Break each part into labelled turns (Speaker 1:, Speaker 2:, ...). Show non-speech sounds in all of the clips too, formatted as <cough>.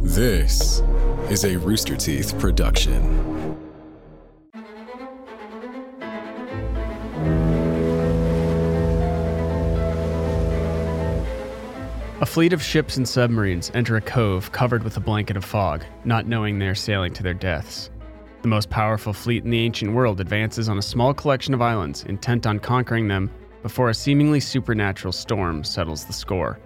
Speaker 1: This is a Rooster Teeth production.
Speaker 2: A fleet of ships and submarines enter a cove covered with a blanket of fog, not knowing they are sailing to their deaths. The most powerful fleet in the ancient world advances on a small collection of islands, intent on conquering them, before a seemingly supernatural storm settles the score.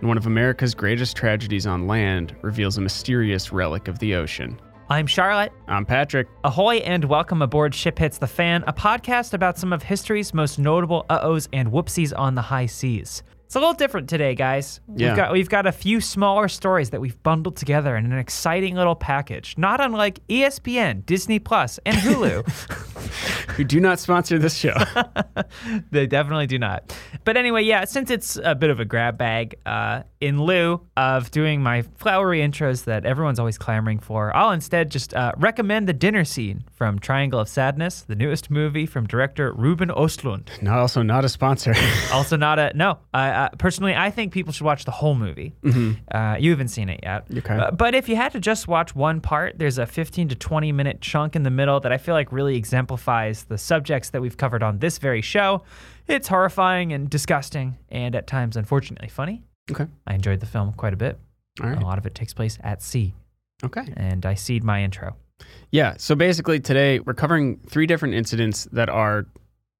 Speaker 2: And one of America's greatest tragedies on land reveals a mysterious relic of the ocean.
Speaker 3: I'm Charlotte.
Speaker 2: I'm Patrick.
Speaker 3: Ahoy and welcome aboard Ship Hits the Fan, a podcast about some of history's most notable uh-ohs and whoopsies on the high seas. It's a little different today, guys.
Speaker 2: Yeah.
Speaker 3: We've got we've got a few smaller stories that we've bundled together in an exciting little package, not unlike E ESPN, Disney Plus, and Hulu.
Speaker 2: We do not sponsor this show.
Speaker 3: they definitely do not. But anyway, yeah, since it's a bit of a grab bag, uh, in lieu of doing my flowery intros that everyone's always clamoring for, I'll instead just uh, recommend the dinner scene from Triangle of Sadness, the newest movie from director Ruben Östlund.
Speaker 2: not also not a sponsor.
Speaker 3: Also, not a no. Uh, uh, personally, I think people should watch the whole movie. Uh, you haven't seen it yet.
Speaker 2: Mm-hmm. Okay.
Speaker 3: Uh, but if you had to just watch one part, there's a 15 to 20 minute chunk in the middle that I feel like really exemplifies the subjects that we've covered on this very show. It's horrifying and disgusting, and at times, unfortunately, funny.
Speaker 2: okay.
Speaker 3: I enjoyed the film quite a bit.
Speaker 2: All
Speaker 3: A
Speaker 2: right.
Speaker 3: lot of it takes place at sea,
Speaker 2: Okay.
Speaker 3: and I seed my intro.
Speaker 2: Yeah. So basically, today we're covering three different incidents that are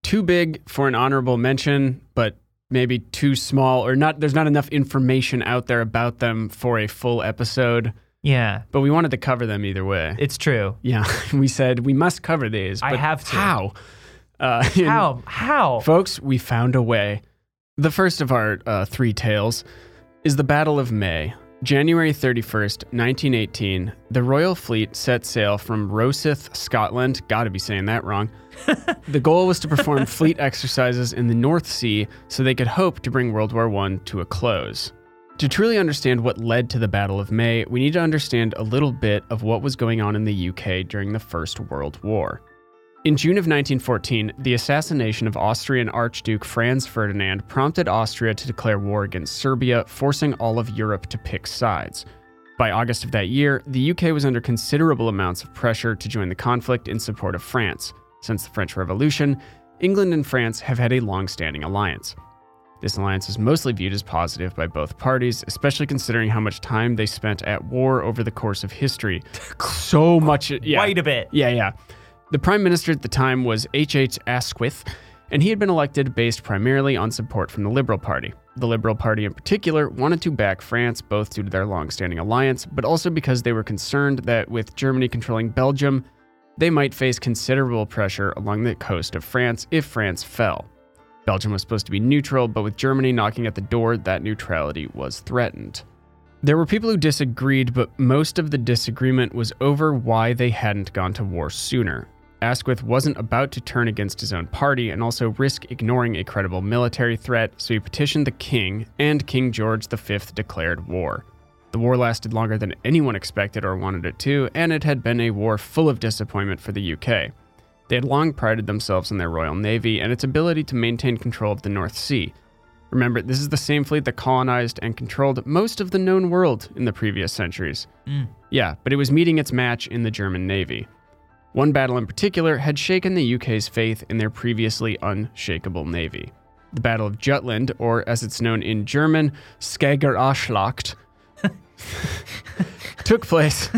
Speaker 2: too big for an honorable mention, but maybe too small, or not. There's not enough information out there about them for a full episode.
Speaker 3: Yeah,
Speaker 2: But we wanted to cover them either way.
Speaker 3: it's true.
Speaker 2: yeah, <laughs> we said we must cover these.
Speaker 3: I
Speaker 2: but
Speaker 3: have to.
Speaker 2: How? Uh, <laughs> and
Speaker 3: How? How?
Speaker 2: folks? We found a way. The first of our uh, three tales is the Battle of May. January 31st, 1918, the Royal Fleet set sail from Rosyth, Scotland. Gotta be saying that wrong. the goal was to perform fleet exercises in the North Sea so they could hope to bring World War I to a close. To truly understand what led to the Battle of May, we need to understand a little bit of what was going on in the UK during the First World War. In June of 1914, the assassination of Austrian Archduke Franz Ferdinand prompted Austria to declare war against Serbia, forcing all of Europe to pick sides. By August of that year, the UK was under considerable amounts of pressure to join the conflict in support of France. Since the French Revolution, England and France have had a long standing alliance. This alliance is mostly viewed as positive by both parties, especially considering how much time they spent at war over the course of history. So much. Yeah.
Speaker 3: Quite a bit.
Speaker 2: Yeah, yeah. The prime minister at the time was H.H. Asquith, and he had been elected based primarily on support from the Liberal Party. The Liberal Party, in particular, wanted to back France both due to their long-standing alliance, but also because they were concerned that with Germany controlling Belgium, they might face considerable pressure along the coast of France if France fell. Belgium was supposed to be neutral, but with Germany knocking at the door, that neutrality was threatened. There were people who disagreed, but most of the disagreement was over why they hadn't gone to war sooner. Asquith wasn't about to turn against his own party and also risk ignoring a credible military threat, so he petitioned the king, and King George V declared war. The war lasted longer than anyone expected or wanted it to, and it had been a war full of disappointment for the UK. They had long prided themselves in their Royal Navy and its ability to maintain control of the North Sea. Remember, this is the same fleet that colonized and controlled most of the known world in the previous centuries. Yeah, but it was meeting its match in the German Navy. One battle in particular had shaken the UK's faith in their previously unshakable navy. The Battle of Jutland, or as it's known in German, Skagerrakschlacht, took place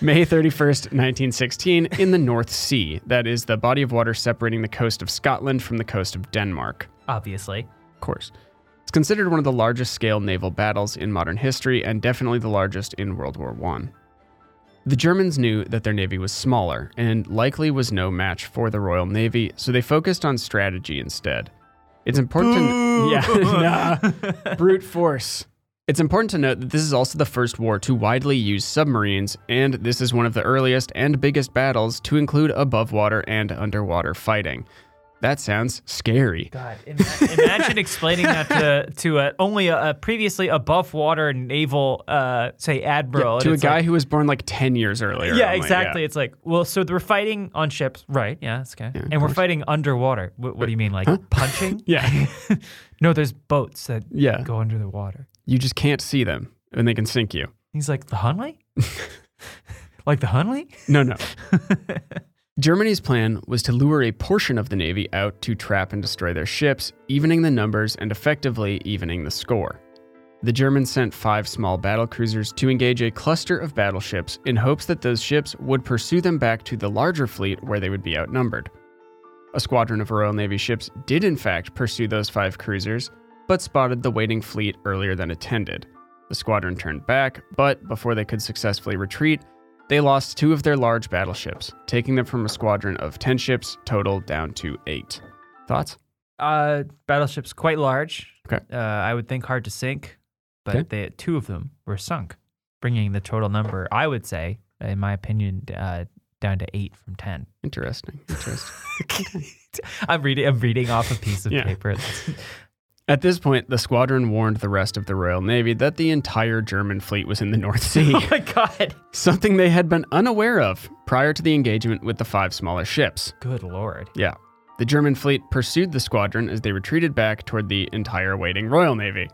Speaker 2: May 31st, 1916, in the North Sea, that is, the body of water separating the coast of Scotland from the coast of Denmark.
Speaker 3: Obviously.
Speaker 2: Of course. It's considered one of the largest scale naval battles in modern history and definitely the largest in World War I. The Germans knew that their navy was smaller and likely was no match for the Royal Navy, so they focused on strategy instead. It's important to yeah, <laughs> nah, brute force. It's important to note that this is also the first war to widely use submarines, and this is one of the earliest and biggest battles to include above water and underwater fighting. That sounds scary.
Speaker 3: God, ima-
Speaker 2: <laughs>
Speaker 3: imagine explaining that to to a, only a, a previously above water naval, uh, say admiral and
Speaker 2: to a
Speaker 3: it's
Speaker 2: guy
Speaker 3: like-
Speaker 2: who was born like 10 years earlier.
Speaker 3: yeah,
Speaker 2: I'm like,
Speaker 3: exactly. It's like, well, so we're fighting on ships, right? Yeah, that's okay. and we're fighting underwater. What, what do you mean, like punching?
Speaker 2: <laughs> Yeah. yeah.
Speaker 3: <laughs> no, there's boats that
Speaker 2: Yeah.
Speaker 3: go under the water.
Speaker 2: You just can't see them and they can sink you. <laughs>
Speaker 3: He's like the Hunley. <laughs> like the Hunley?
Speaker 2: No, no. <laughs> Germany's plan was to lure a portion of the Navy out to trap and destroy their ships, evening the numbers and effectively evening the score. The Germans sent five small battle cruisers to engage a cluster of battleships in hopes that those ships would pursue them back to the larger fleet where they would be outnumbered. A squadron of Royal Navy ships did, in fact, pursue those five cruisers, but spotted the waiting fleet earlier than intended. The squadron turned back, but before they could successfully retreat, they lost two of their large battleships, taking them from a squadron of 10 ships total down to eight. Thoughts?
Speaker 3: Uh, battleships quite large.
Speaker 2: Okay.
Speaker 3: Uh, I would think hard to sink, but
Speaker 2: Okay.
Speaker 3: they, two of them were sunk, bringing the total number, I would say, in my opinion, uh, down to eight from
Speaker 2: <laughs>
Speaker 3: 10.
Speaker 2: Interesting. Interesting.
Speaker 3: I'm reading, I'm reading off a piece of
Speaker 2: Yeah. <laughs>
Speaker 3: paper.
Speaker 2: At this point, the squadron warned the rest of the Royal Navy that the entire German fleet was in the North Sea,
Speaker 3: oh my God.
Speaker 2: something they had been unaware of prior to the engagement with the five smaller ships.
Speaker 3: Good Lord.
Speaker 2: Yeah. The German fleet pursued the squadron as they retreated back toward the entire waiting Royal Navy.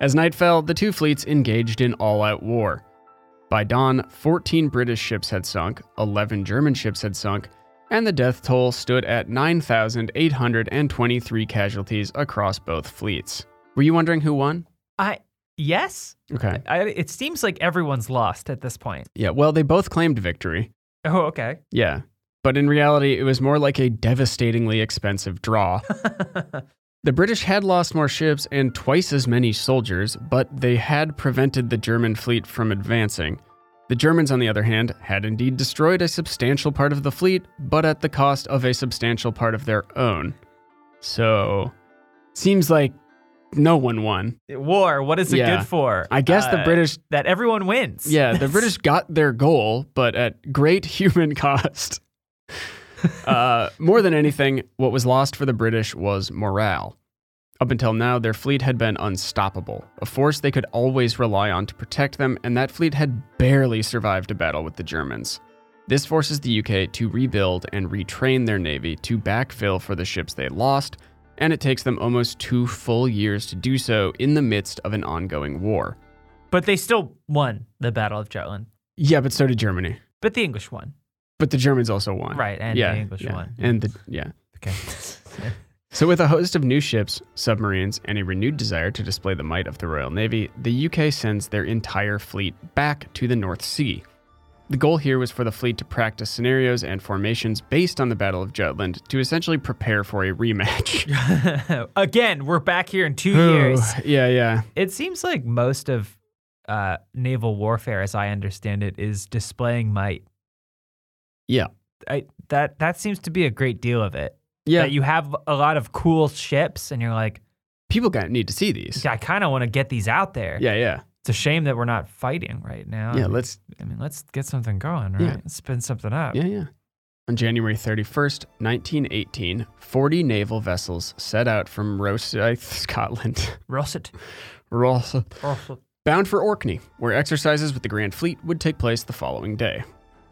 Speaker 2: As night fell, the two fleets engaged in all out war. By dawn, 14 British ships had sunk, 11 German ships had sunk, and the death toll stood at 9,823 casualties across both fleets. Were you wondering who won?
Speaker 3: I, yes.
Speaker 2: Okay.
Speaker 3: I, it seems like everyone's lost at this point.
Speaker 2: Yeah, well, they both claimed victory.
Speaker 3: Oh, okay.
Speaker 2: Yeah. But in reality, it was more like a devastatingly expensive draw. the British had lost more ships and twice as many soldiers, but they had prevented the German fleet from advancing. The Germans, on the other hand, had indeed destroyed a substantial part of the fleet, but at the cost of a substantial part of their own. So, seems like no one won.
Speaker 3: War, what is it
Speaker 2: Yeah.
Speaker 3: good for?
Speaker 2: I guess the
Speaker 3: Uh,
Speaker 2: British,
Speaker 3: That everyone wins.
Speaker 2: yeah, the British got their goal, but at great <laughs> human cost. Uh, more than anything, what was lost for the British was morale. Up until now, their fleet had been unstoppable, a force they could always rely on to protect them, and that fleet had barely survived a battle with the Germans. This forces the UK to rebuild and retrain their navy to backfill for the ships they lost, and it takes them almost two full years to do so in the midst of an ongoing war.
Speaker 3: <laughs> But they still won the Battle of Jutland.
Speaker 2: Yeah, but so did Germany.
Speaker 3: But the English won.
Speaker 2: But the Germans also won.
Speaker 3: Right, and
Speaker 2: yeah,
Speaker 3: the English
Speaker 2: yeah,
Speaker 3: won.
Speaker 2: And the yeah.
Speaker 3: Okay. <laughs>
Speaker 2: So with a host of new ships, submarines, and a renewed desire to display the might of the Royal Navy, the UK sends their entire fleet back to the North Sea. The goal here was for the fleet to practice scenarios and formations based on the Battle of Jutland to essentially prepare for a
Speaker 3: <laughs>
Speaker 2: rematch.
Speaker 3: Again, we're back here in two years.
Speaker 2: <laughs> yeah, yeah.
Speaker 3: It seems like most of uh, naval warfare, as I understand it, is displaying might.
Speaker 2: Yeah.
Speaker 3: I, that that seems to be a great deal of it.
Speaker 2: Yeah.
Speaker 3: That you have a lot of cool ships, and you're like,
Speaker 2: People got need to see these.
Speaker 3: I kind of want to get these out there.
Speaker 2: Yeah, yeah.
Speaker 3: It's a shame that we're not fighting right now.
Speaker 2: Yeah, let's
Speaker 3: I mean, let's get something going, right?
Speaker 2: Yeah.
Speaker 3: Let's spin something up.
Speaker 2: Yeah, yeah. On January 31st, 1918, 40 naval vessels set out from Rosyth, <laughs> Scotland,
Speaker 3: Russet.
Speaker 2: Rosyth,
Speaker 3: Russet.
Speaker 2: bound for Orkney, where exercises with the Grand Fleet would take place the following day.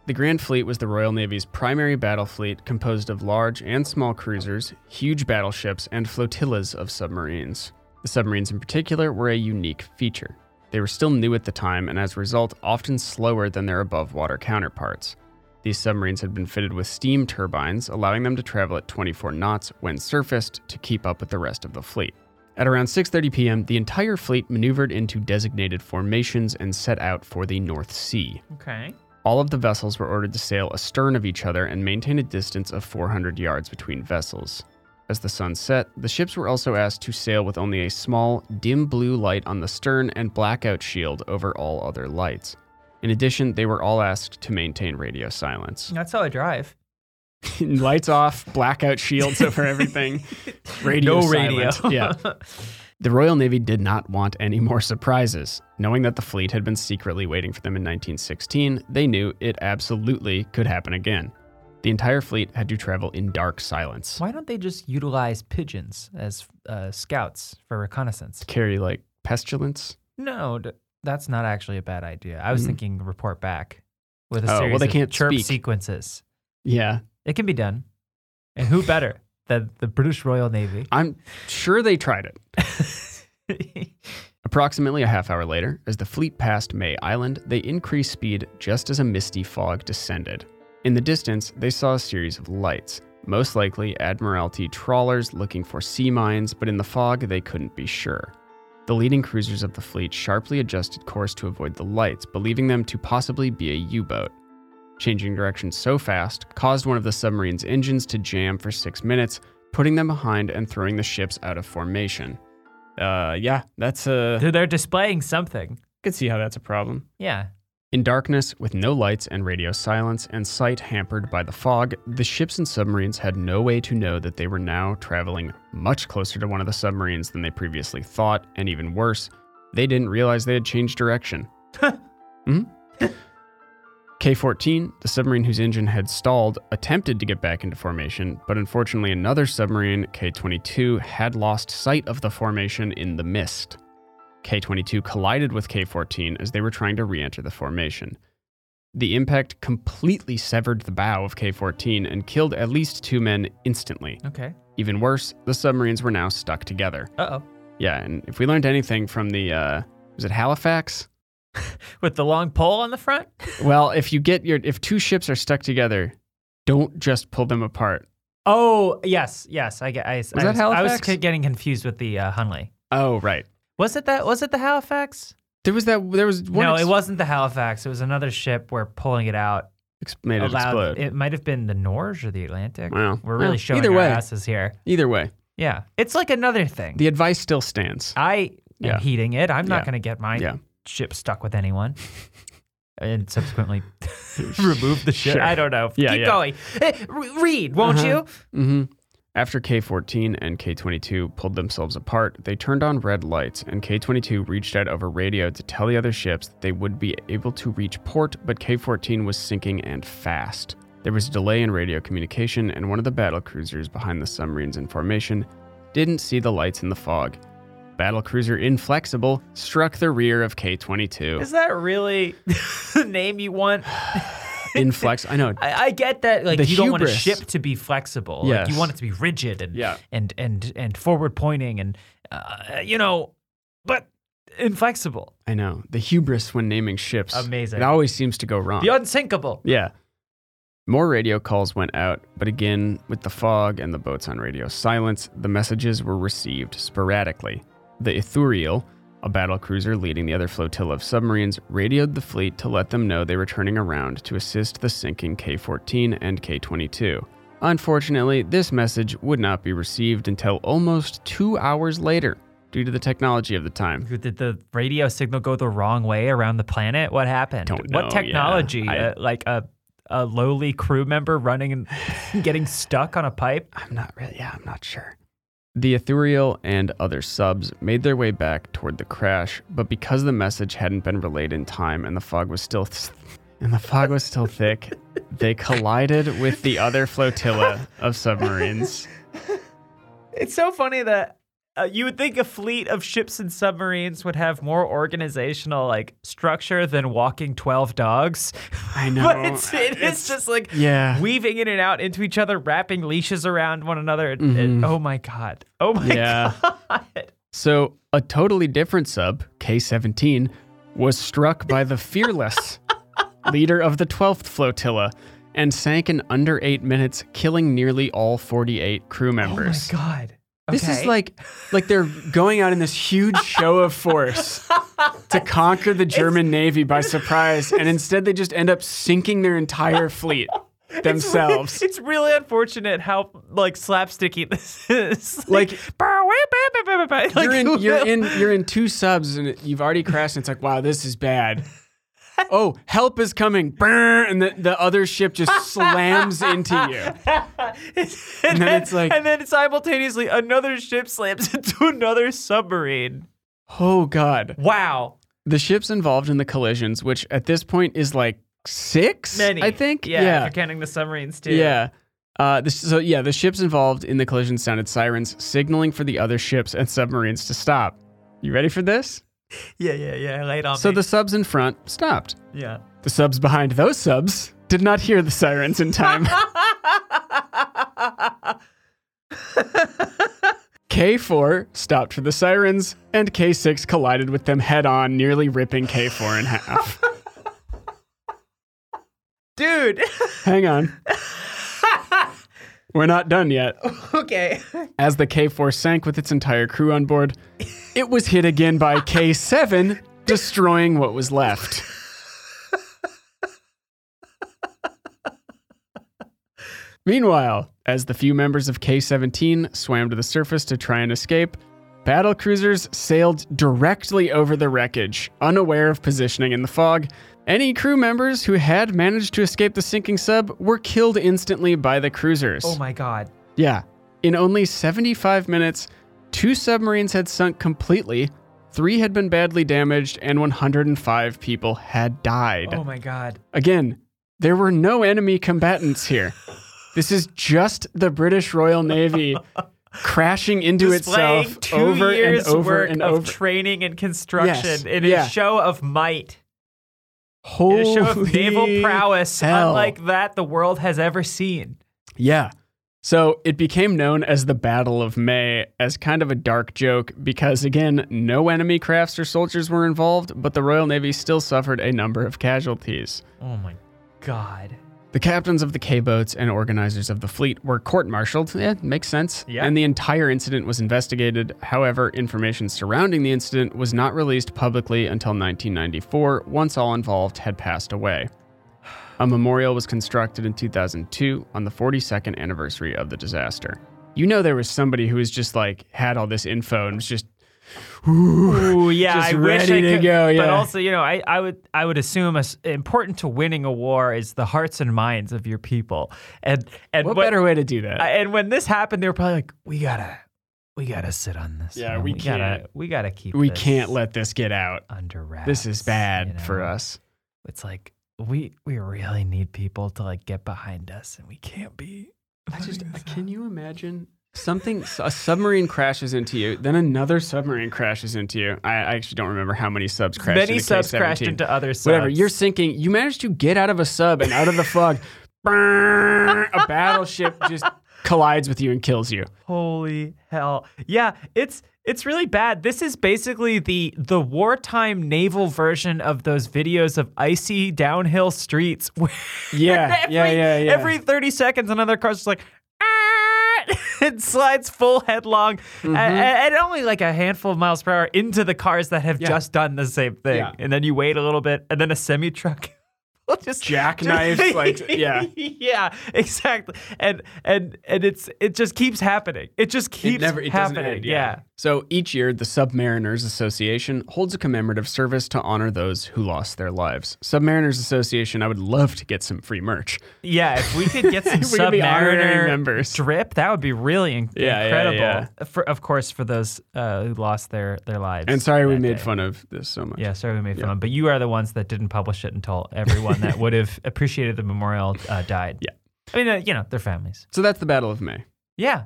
Speaker 2: The Grand Fleet was the Royal Navy's primary battle fleet composed of large and small cruisers, huge battleships, and flotillas of submarines. The submarines in particular were a unique feature. They were still new at the time and as a result often slower than their above water counterparts. These submarines had been fitted with steam turbines, allowing them to travel at 24 knots when surfaced to keep up with the rest of the fleet. At around 6:30 p.m., the entire fleet maneuvered into designated formations and set out for the North Sea.
Speaker 3: Okay.
Speaker 2: All of the vessels were ordered to sail astern of each other and maintain a distance of 400 yards between vessels. As the sun set, the ships were also asked to sail with only a small, dim blue light on the stern and blackout shield over all other lights. In addition, they were all asked to maintain radio silence.
Speaker 3: That's how I drive.
Speaker 2: lights off, blackout shields over
Speaker 3: <laughs>
Speaker 2: everything. Radio
Speaker 3: no radio.
Speaker 2: silent. <laughs>
Speaker 3: <laughs>
Speaker 2: Yeah. The Royal Navy did not want any more surprises. Knowing that the fleet had been secretly waiting for them in 1916, they knew it absolutely could happen again. The entire fleet had to travel in dark silence.
Speaker 3: Why don't they just utilize pigeons as uh, scouts for reconnaissance?
Speaker 2: Carry like pestilence?
Speaker 3: No, d- that's not actually a bad idea. I was
Speaker 2: Mm.
Speaker 3: thinking report back with a
Speaker 2: Oh, well,
Speaker 3: series
Speaker 2: they
Speaker 3: of
Speaker 2: can't
Speaker 3: chirp
Speaker 2: speak.
Speaker 3: sequences.
Speaker 2: Yeah.
Speaker 3: It can be done. And who better
Speaker 2: <laughs>
Speaker 3: than the British Royal Navy?
Speaker 2: I'm sure they tried it. Approximately a half hour later, as the fleet passed May Island, they increased speed just as a misty fog descended. In the distance, they saw a series of lights, most likely Admiralty trawlers looking for sea mines, but in the fog, they couldn't be sure. The leading cruisers of the fleet sharply adjusted course to avoid the lights, believing them to possibly be a U boat. Changing direction so fast caused one of the submarine's engines to jam for six minutes, putting them behind and throwing the ships out of formation. Uh, yeah, that's a. I
Speaker 3: They're- They're displaying something.
Speaker 2: could see how that's a problem.
Speaker 3: Yeah.
Speaker 2: In darkness, with no lights and radio silence, and sight hampered by the fog, the ships and submarines had no way to know that they were now traveling much closer to one of the submarines than they previously thought, and even worse, they didn't realize they had changed direction. Mhm. K 14, the submarine whose engine had stalled, attempted to get back into formation, but unfortunately, another submarine, K 22, had lost sight of the formation in the mist. K 22 collided with K 14 as they were trying to re enter the formation. The impact completely severed the bow of K 14 and killed at least two men instantly.
Speaker 3: Okay.
Speaker 2: Even worse, the submarines were now stuck together.
Speaker 3: Uh oh.
Speaker 2: Yeah, and if we learned anything from the, uh, was it Halifax?
Speaker 3: With the long pole on the front?
Speaker 2: Well, if you get your, if two ships are stuck together, don't just pull them apart.
Speaker 3: Oh, yes, yes. I get. I, was I,
Speaker 2: that
Speaker 3: was, I was
Speaker 2: Halifax?
Speaker 3: c- getting confused with the uh, Hunley.
Speaker 2: Oh, right.
Speaker 3: Was it that? Was it the Halifax?
Speaker 2: There was that, there was one.
Speaker 3: no,
Speaker 2: ex-
Speaker 3: it wasn't the Halifax. It was another ship where pulling it out
Speaker 2: ex- made it
Speaker 3: allowed.
Speaker 2: explode.
Speaker 3: It might have been the Norge or the Atlantic.
Speaker 2: Well,
Speaker 3: We're
Speaker 2: well,
Speaker 3: really showing
Speaker 2: either
Speaker 3: our
Speaker 2: way.
Speaker 3: asses here.
Speaker 2: Either way,
Speaker 3: Yeah, it's like another thing.
Speaker 2: the advice still stands.
Speaker 3: I am
Speaker 2: Yeah.
Speaker 3: heating it. I'm not
Speaker 2: Yeah.
Speaker 3: going to get my
Speaker 2: Yeah.
Speaker 3: ship stuck
Speaker 2: <laughs>
Speaker 3: with anyone. and subsequently remove the ship.
Speaker 2: Sure.
Speaker 3: I don't know.
Speaker 2: Yeah,
Speaker 3: Keep
Speaker 2: yeah.
Speaker 3: going. Eh, re- read, won't
Speaker 2: Uh-huh.
Speaker 3: you?
Speaker 2: Mm-hmm. After K 14 and K 22 pulled themselves apart, they turned on red lights, and K 22 reached out over radio to tell the other ships that they would be able to reach port, but K 14 was sinking and fast. There was a delay in radio communication, and one of the battle cruisers behind the submarine's in formation didn't see the lights in the fog. Battle cruiser Inflexible struck the rear of K 22.
Speaker 3: <laughs> Is that really the name you want?
Speaker 2: Inflex, I know.
Speaker 3: I, I get that. Like
Speaker 2: The
Speaker 3: you don't want a
Speaker 2: hubris.
Speaker 3: ship to be flexible. Like
Speaker 2: Yes.
Speaker 3: you want it to be rigid and
Speaker 2: Yeah.
Speaker 3: and and and forward pointing and uh, you know, but inflexible,
Speaker 2: I know. The hubris when naming ships.
Speaker 3: Amazing.
Speaker 2: It always seems to go wrong.
Speaker 3: the unsinkable.
Speaker 2: Yeah. More radio calls went out, but again, with the fog and the boats on radio silence, the messages were received sporadically. The Ithuriel, a battle cruiser leading the other flotilla of submarines, radioed the fleet to let them know they were turning around to assist the sinking K 14 and K 22. Unfortunately, this message would not be received until almost two hours later due to the technology of the time.
Speaker 3: Did the radio signal go the wrong way around the planet? What happened?
Speaker 2: Don't know,
Speaker 3: What technology?
Speaker 2: yeah. I-
Speaker 3: Uh, like a a lowly crew member running and <laughs> getting stuck on a pipe?
Speaker 2: I'm not really, yeah, I'm not sure. The Ithuriel and other subs made their way back toward the crash, but because the message hadn't been relayed in time and the fog was still th- and the fog was still thick, they collided with the other flotilla of submarines.
Speaker 3: It's so funny that uh, you would think a fleet of ships and submarines would have more organizational like structure than walking 12 dogs. <laughs>
Speaker 2: I know.
Speaker 3: but it's, it is just like
Speaker 2: yeah.
Speaker 3: weaving in and out into each other, wrapping leashes around one another. It- it-
Speaker 2: Mhm.
Speaker 3: oh my god! Oh my
Speaker 2: Yeah.
Speaker 3: god!
Speaker 2: So, a totally different sub, K17, was struck by the
Speaker 3: <laughs>
Speaker 2: fearless leader of the 12th flotilla and sank in under 8 minutes, killing nearly all 48 crew
Speaker 3: Oh my
Speaker 2: members.
Speaker 3: god!
Speaker 2: This is
Speaker 3: Okay. <laughs>
Speaker 2: like like they're going out in this huge show of force
Speaker 3: <laughs>
Speaker 2: to conquer the German navy by surprise and instead they just end up sinking their entire
Speaker 3: <laughs>
Speaker 2: fleet themselves.
Speaker 3: It's really unfortunate how like slapsticky this is. <laughs>
Speaker 2: Like-
Speaker 3: "Bow, wee, bow, bow, bow, bow," like,
Speaker 2: you're in you're
Speaker 3: <laughs>
Speaker 2: in you're in two subs and you've already crashed and it's like wow this is bad oh help is coming Brrr, and the, the other ship just slams into
Speaker 3: <laughs>
Speaker 2: you
Speaker 3: and
Speaker 2: then it's like-
Speaker 3: and then simultaneously another ship slams <laughs> into another submarine.
Speaker 2: oh god
Speaker 3: Wow.
Speaker 2: the ships involved in the collisions which at this point is like six
Speaker 3: Many.
Speaker 2: i think
Speaker 3: Yeah.
Speaker 2: yeah
Speaker 3: If you're counting the submarines too.
Speaker 2: yeah uh, the, so yeah the ships involved in the collision sounded sirens signaling for the other ships and submarines to stop you ready for this
Speaker 3: Yeah. Yeah. Yeah. Laid on.
Speaker 2: so
Speaker 3: me.
Speaker 2: the subs in front stopped
Speaker 3: Yeah.
Speaker 2: the subs behind those subs did not hear the sirens in time K4 stopped for the sirens, and K6 collided with them head on, nearly ripping K4 in half.
Speaker 4: Dude.
Speaker 3: <laughs>
Speaker 2: Hang on. We're not done yet.
Speaker 4: okay.
Speaker 2: As the K4 sank with its entire crew on board, it was hit again by K7, destroying what was left. Meanwhile, as the few members of K 17 swam to the surface to try and escape, battle cruisers sailed directly over the wreckage, unaware of positioning in the fog. Any crew members who had managed to escape the sinking sub were killed instantly by the cruisers.
Speaker 3: Oh my god.
Speaker 2: Yeah. In only 75 minutes, two submarines had sunk completely, three had been badly damaged, and 105 people had died.
Speaker 3: Oh my god.
Speaker 2: Again, there were no enemy combatants here. This is just the British Royal
Speaker 3: <laughs>
Speaker 2: Navy crashing into
Speaker 3: Displaying
Speaker 2: itself
Speaker 3: two
Speaker 2: over and
Speaker 3: years
Speaker 2: over
Speaker 3: work
Speaker 2: and
Speaker 3: of
Speaker 2: over.
Speaker 3: training and construction
Speaker 2: Yes,
Speaker 3: in
Speaker 2: yeah.
Speaker 3: a show of might, in
Speaker 2: Holy
Speaker 3: a show of naval prowess,
Speaker 2: hell.
Speaker 3: unlike that the world has ever seen.
Speaker 2: Yeah. So it became known as the Battle of May as kind of a dark joke because, again, no enemy crafts or soldiers were involved, but the Royal Navy still suffered a number of casualties.
Speaker 3: Oh my god.
Speaker 2: The captains of the K boats and organizers of the fleet were court martialed. Yeah, makes sense.
Speaker 3: Yeah.
Speaker 2: And the entire incident was investigated. However, information surrounding the incident was not released publicly until 1994, once all involved had passed away. A memorial was constructed in 2002 on the 42nd anniversary of the disaster. You know, there was somebody who was just like, had all this info and was just,
Speaker 3: Ooh, yeah,
Speaker 2: Just
Speaker 3: I wish
Speaker 2: ready
Speaker 3: I
Speaker 2: to
Speaker 3: could,
Speaker 2: go,
Speaker 3: But
Speaker 2: yeah.
Speaker 3: also, you know, I, I would I would assume as important to winning a war is the hearts and minds of your people. And and
Speaker 2: what,
Speaker 3: when-
Speaker 2: better way to do that?
Speaker 3: I- and when this happened, they were probably like, we gotta we gotta sit on this.
Speaker 2: Yeah,
Speaker 3: man.
Speaker 2: we
Speaker 3: gotta
Speaker 2: can't-
Speaker 3: we gotta keep
Speaker 2: we
Speaker 3: this
Speaker 2: can't let this get out.
Speaker 3: under wraps.
Speaker 2: This is bad
Speaker 3: you know?
Speaker 2: for us.
Speaker 3: It's like we we really need people to like get behind us, and we can't be.
Speaker 2: I
Speaker 3: <laughs>
Speaker 2: just can you imagine something? A submarine crashes into you, then another submarine crashes into you. I, I actually don't remember how many subs crashed.
Speaker 3: Many
Speaker 2: into
Speaker 3: subs
Speaker 2: K-17.
Speaker 3: crashed into other subs.
Speaker 2: whatever. You're sinking. You manage to get out of a sub and out of the
Speaker 3: <laughs>
Speaker 2: fog. Brrrr, a battleship just collides with you and kills you.
Speaker 3: Holy hell. Yeah, it's it's really bad. This is basically the the wartime naval version of those videos of icy downhill streets <laughs> where
Speaker 2: Yeah,
Speaker 3: every,
Speaker 2: yeah, yeah, yeah.
Speaker 3: every 30 seconds another car's just like "Ah!" <laughs> it slides full headlong
Speaker 2: Mm-hmm.
Speaker 3: a- a- at, only like a handful of miles per hour into the cars that have just done the same thing.
Speaker 2: Yeah.
Speaker 3: And then you wait a little bit and then a semi truck <laughs> will just
Speaker 2: Jackknives, like,
Speaker 3: <laughs>
Speaker 2: yeah.
Speaker 3: yeah, exactly. And and and it's it just keeps happening. It just keeps happening. yeah.
Speaker 2: So each year, the Submariners Association holds a commemorative service to honor those who lost their lives. Submariners Association, I would love to get some free merch.
Speaker 3: Yeah, if
Speaker 2: <laughs>
Speaker 3: we could get some
Speaker 2: We could be honorary
Speaker 3: Submariner
Speaker 2: members.
Speaker 3: drip, that would be really in-
Speaker 2: Yeah, yeah,
Speaker 3: incredible.
Speaker 2: yeah.
Speaker 3: For, of course, for those uh, who lost their their lives.
Speaker 2: And sorry we
Speaker 3: that
Speaker 2: made
Speaker 3: day.
Speaker 2: fun of this so much.
Speaker 3: Yeah, sorry we made fun. of But you are the ones that didn't publish it until everyone that would have <laughs> appreciated the memorial uh, died.
Speaker 2: Yeah.
Speaker 3: I mean, uh, you know, their families.
Speaker 2: So that's the Battle of May.
Speaker 3: Yeah.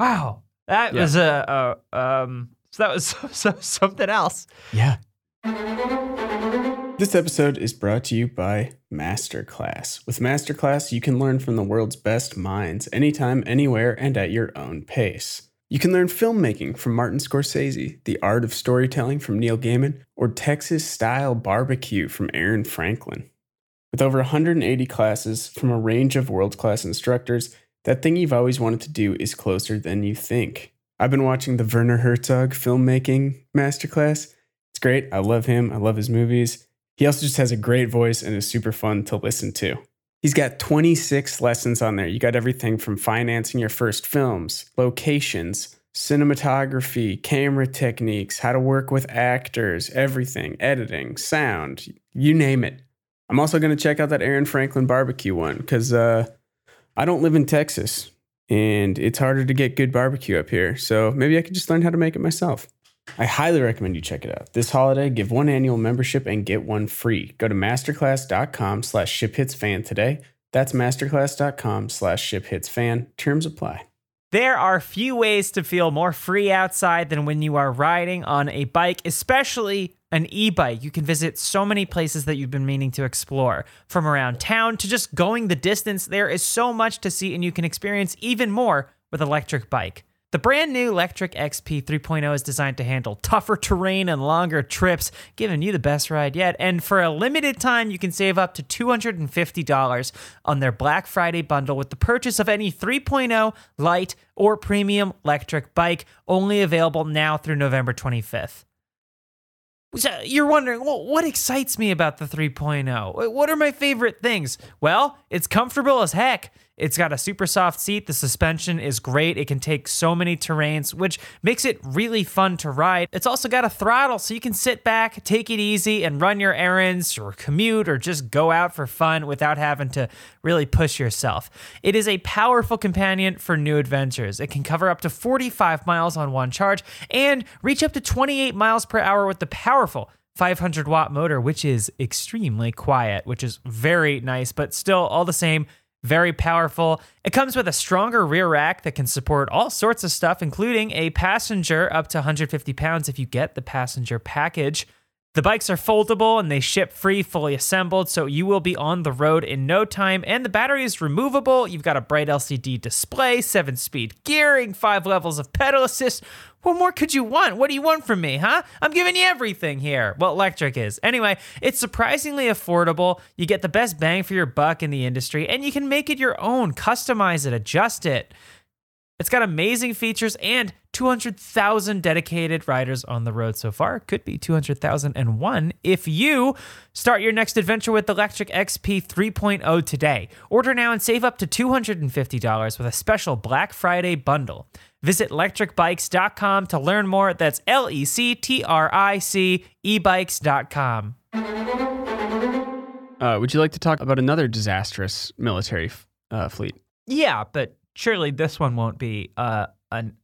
Speaker 3: Wow, that
Speaker 2: Yeah.
Speaker 3: was a, a um. So that was <laughs> so, so, something else.
Speaker 2: Yeah. This episode is brought to you by Masterclass. With Masterclass, you can learn from the world's best minds anytime, anywhere, and at your own pace. You can learn filmmaking from Martin Scorsese, the art of storytelling from Neil Gaiman, or Texas style barbecue from Aaron Franklin. With over 180 classes from a range of world class instructors, that thing you've always wanted to do is closer than you think. I've been watching the Werner Herzog filmmaking masterclass. It's great. I love him. I love his movies. He also just has a great voice and is super fun to listen to. He's got 26 lessons on there. You got everything from financing your first films, locations, cinematography, camera techniques, how to work with actors, everything, editing, sound, you name it. I'm also going to check out that Aaron Franklin barbecue one because uh, I don't live in Texas and it's harder to get good barbecue up here. So maybe I could just learn how to make it myself. I highly recommend you check it out. This holiday, give one annual membership and get one free. Go to masterclass.com slash shiphitsfan today. That's masterclass.com slash shiphitsfan. Terms apply.
Speaker 3: There are few ways to feel more free outside than when you are riding on a bike, especially an e bike. You can visit so many places that you've been meaning to explore. From around town to just going the distance, there is so much to see, and you can experience even more with electric bike. The brand new Electric XP 3.0 is designed to handle tougher terrain and longer trips, giving you the best ride yet. And for a limited time, you can save up to $250 on their Black Friday bundle with the purchase of any 3.0 light or premium electric bike, only available now through November 25th. So you're wondering, well, what excites me about the 3.0? What are my favorite things? Well, it's comfortable as heck. It's got a super soft seat. The suspension is great. It can take so many terrains, which makes it really fun to ride. It's also got a throttle so you can sit back, take it easy, and run your errands or commute or just go out for fun without having to really push yourself. It is a powerful companion for new adventures. It can cover up to 45 miles on one charge and reach up to 28 miles per hour with the powerful 500 watt motor, which is extremely quiet, which is very nice, but still all the same very powerful. It comes with a stronger rear rack that can support all sorts of stuff, including a passenger up to 150 pounds if you get the passenger package. The bikes are foldable and they ship free, fully assembled, so you will be on the road in no time. And the battery is removable. You've got a bright LCD display, seven speed gearing, five levels of pedal assist. What more could you want? What do you want from me, huh? I'm giving you everything here. Well, electric is. Anyway, it's surprisingly affordable. You get the best bang for your buck in the industry, and you can make it your own, customize it, adjust it. It's got amazing features and 200,000 dedicated riders on the road so far. It Could be 200,001 if you start your next adventure with Electric XP 3.0 today. Order now and save up to $250 with a special Black Friday bundle. Visit electricbikes.com to learn more. That's L E C T R I C E ebikes.com.
Speaker 2: Uh, would you like to talk about another disastrous military f- uh, fleet?
Speaker 3: Yeah, but surely this one won't be uh, an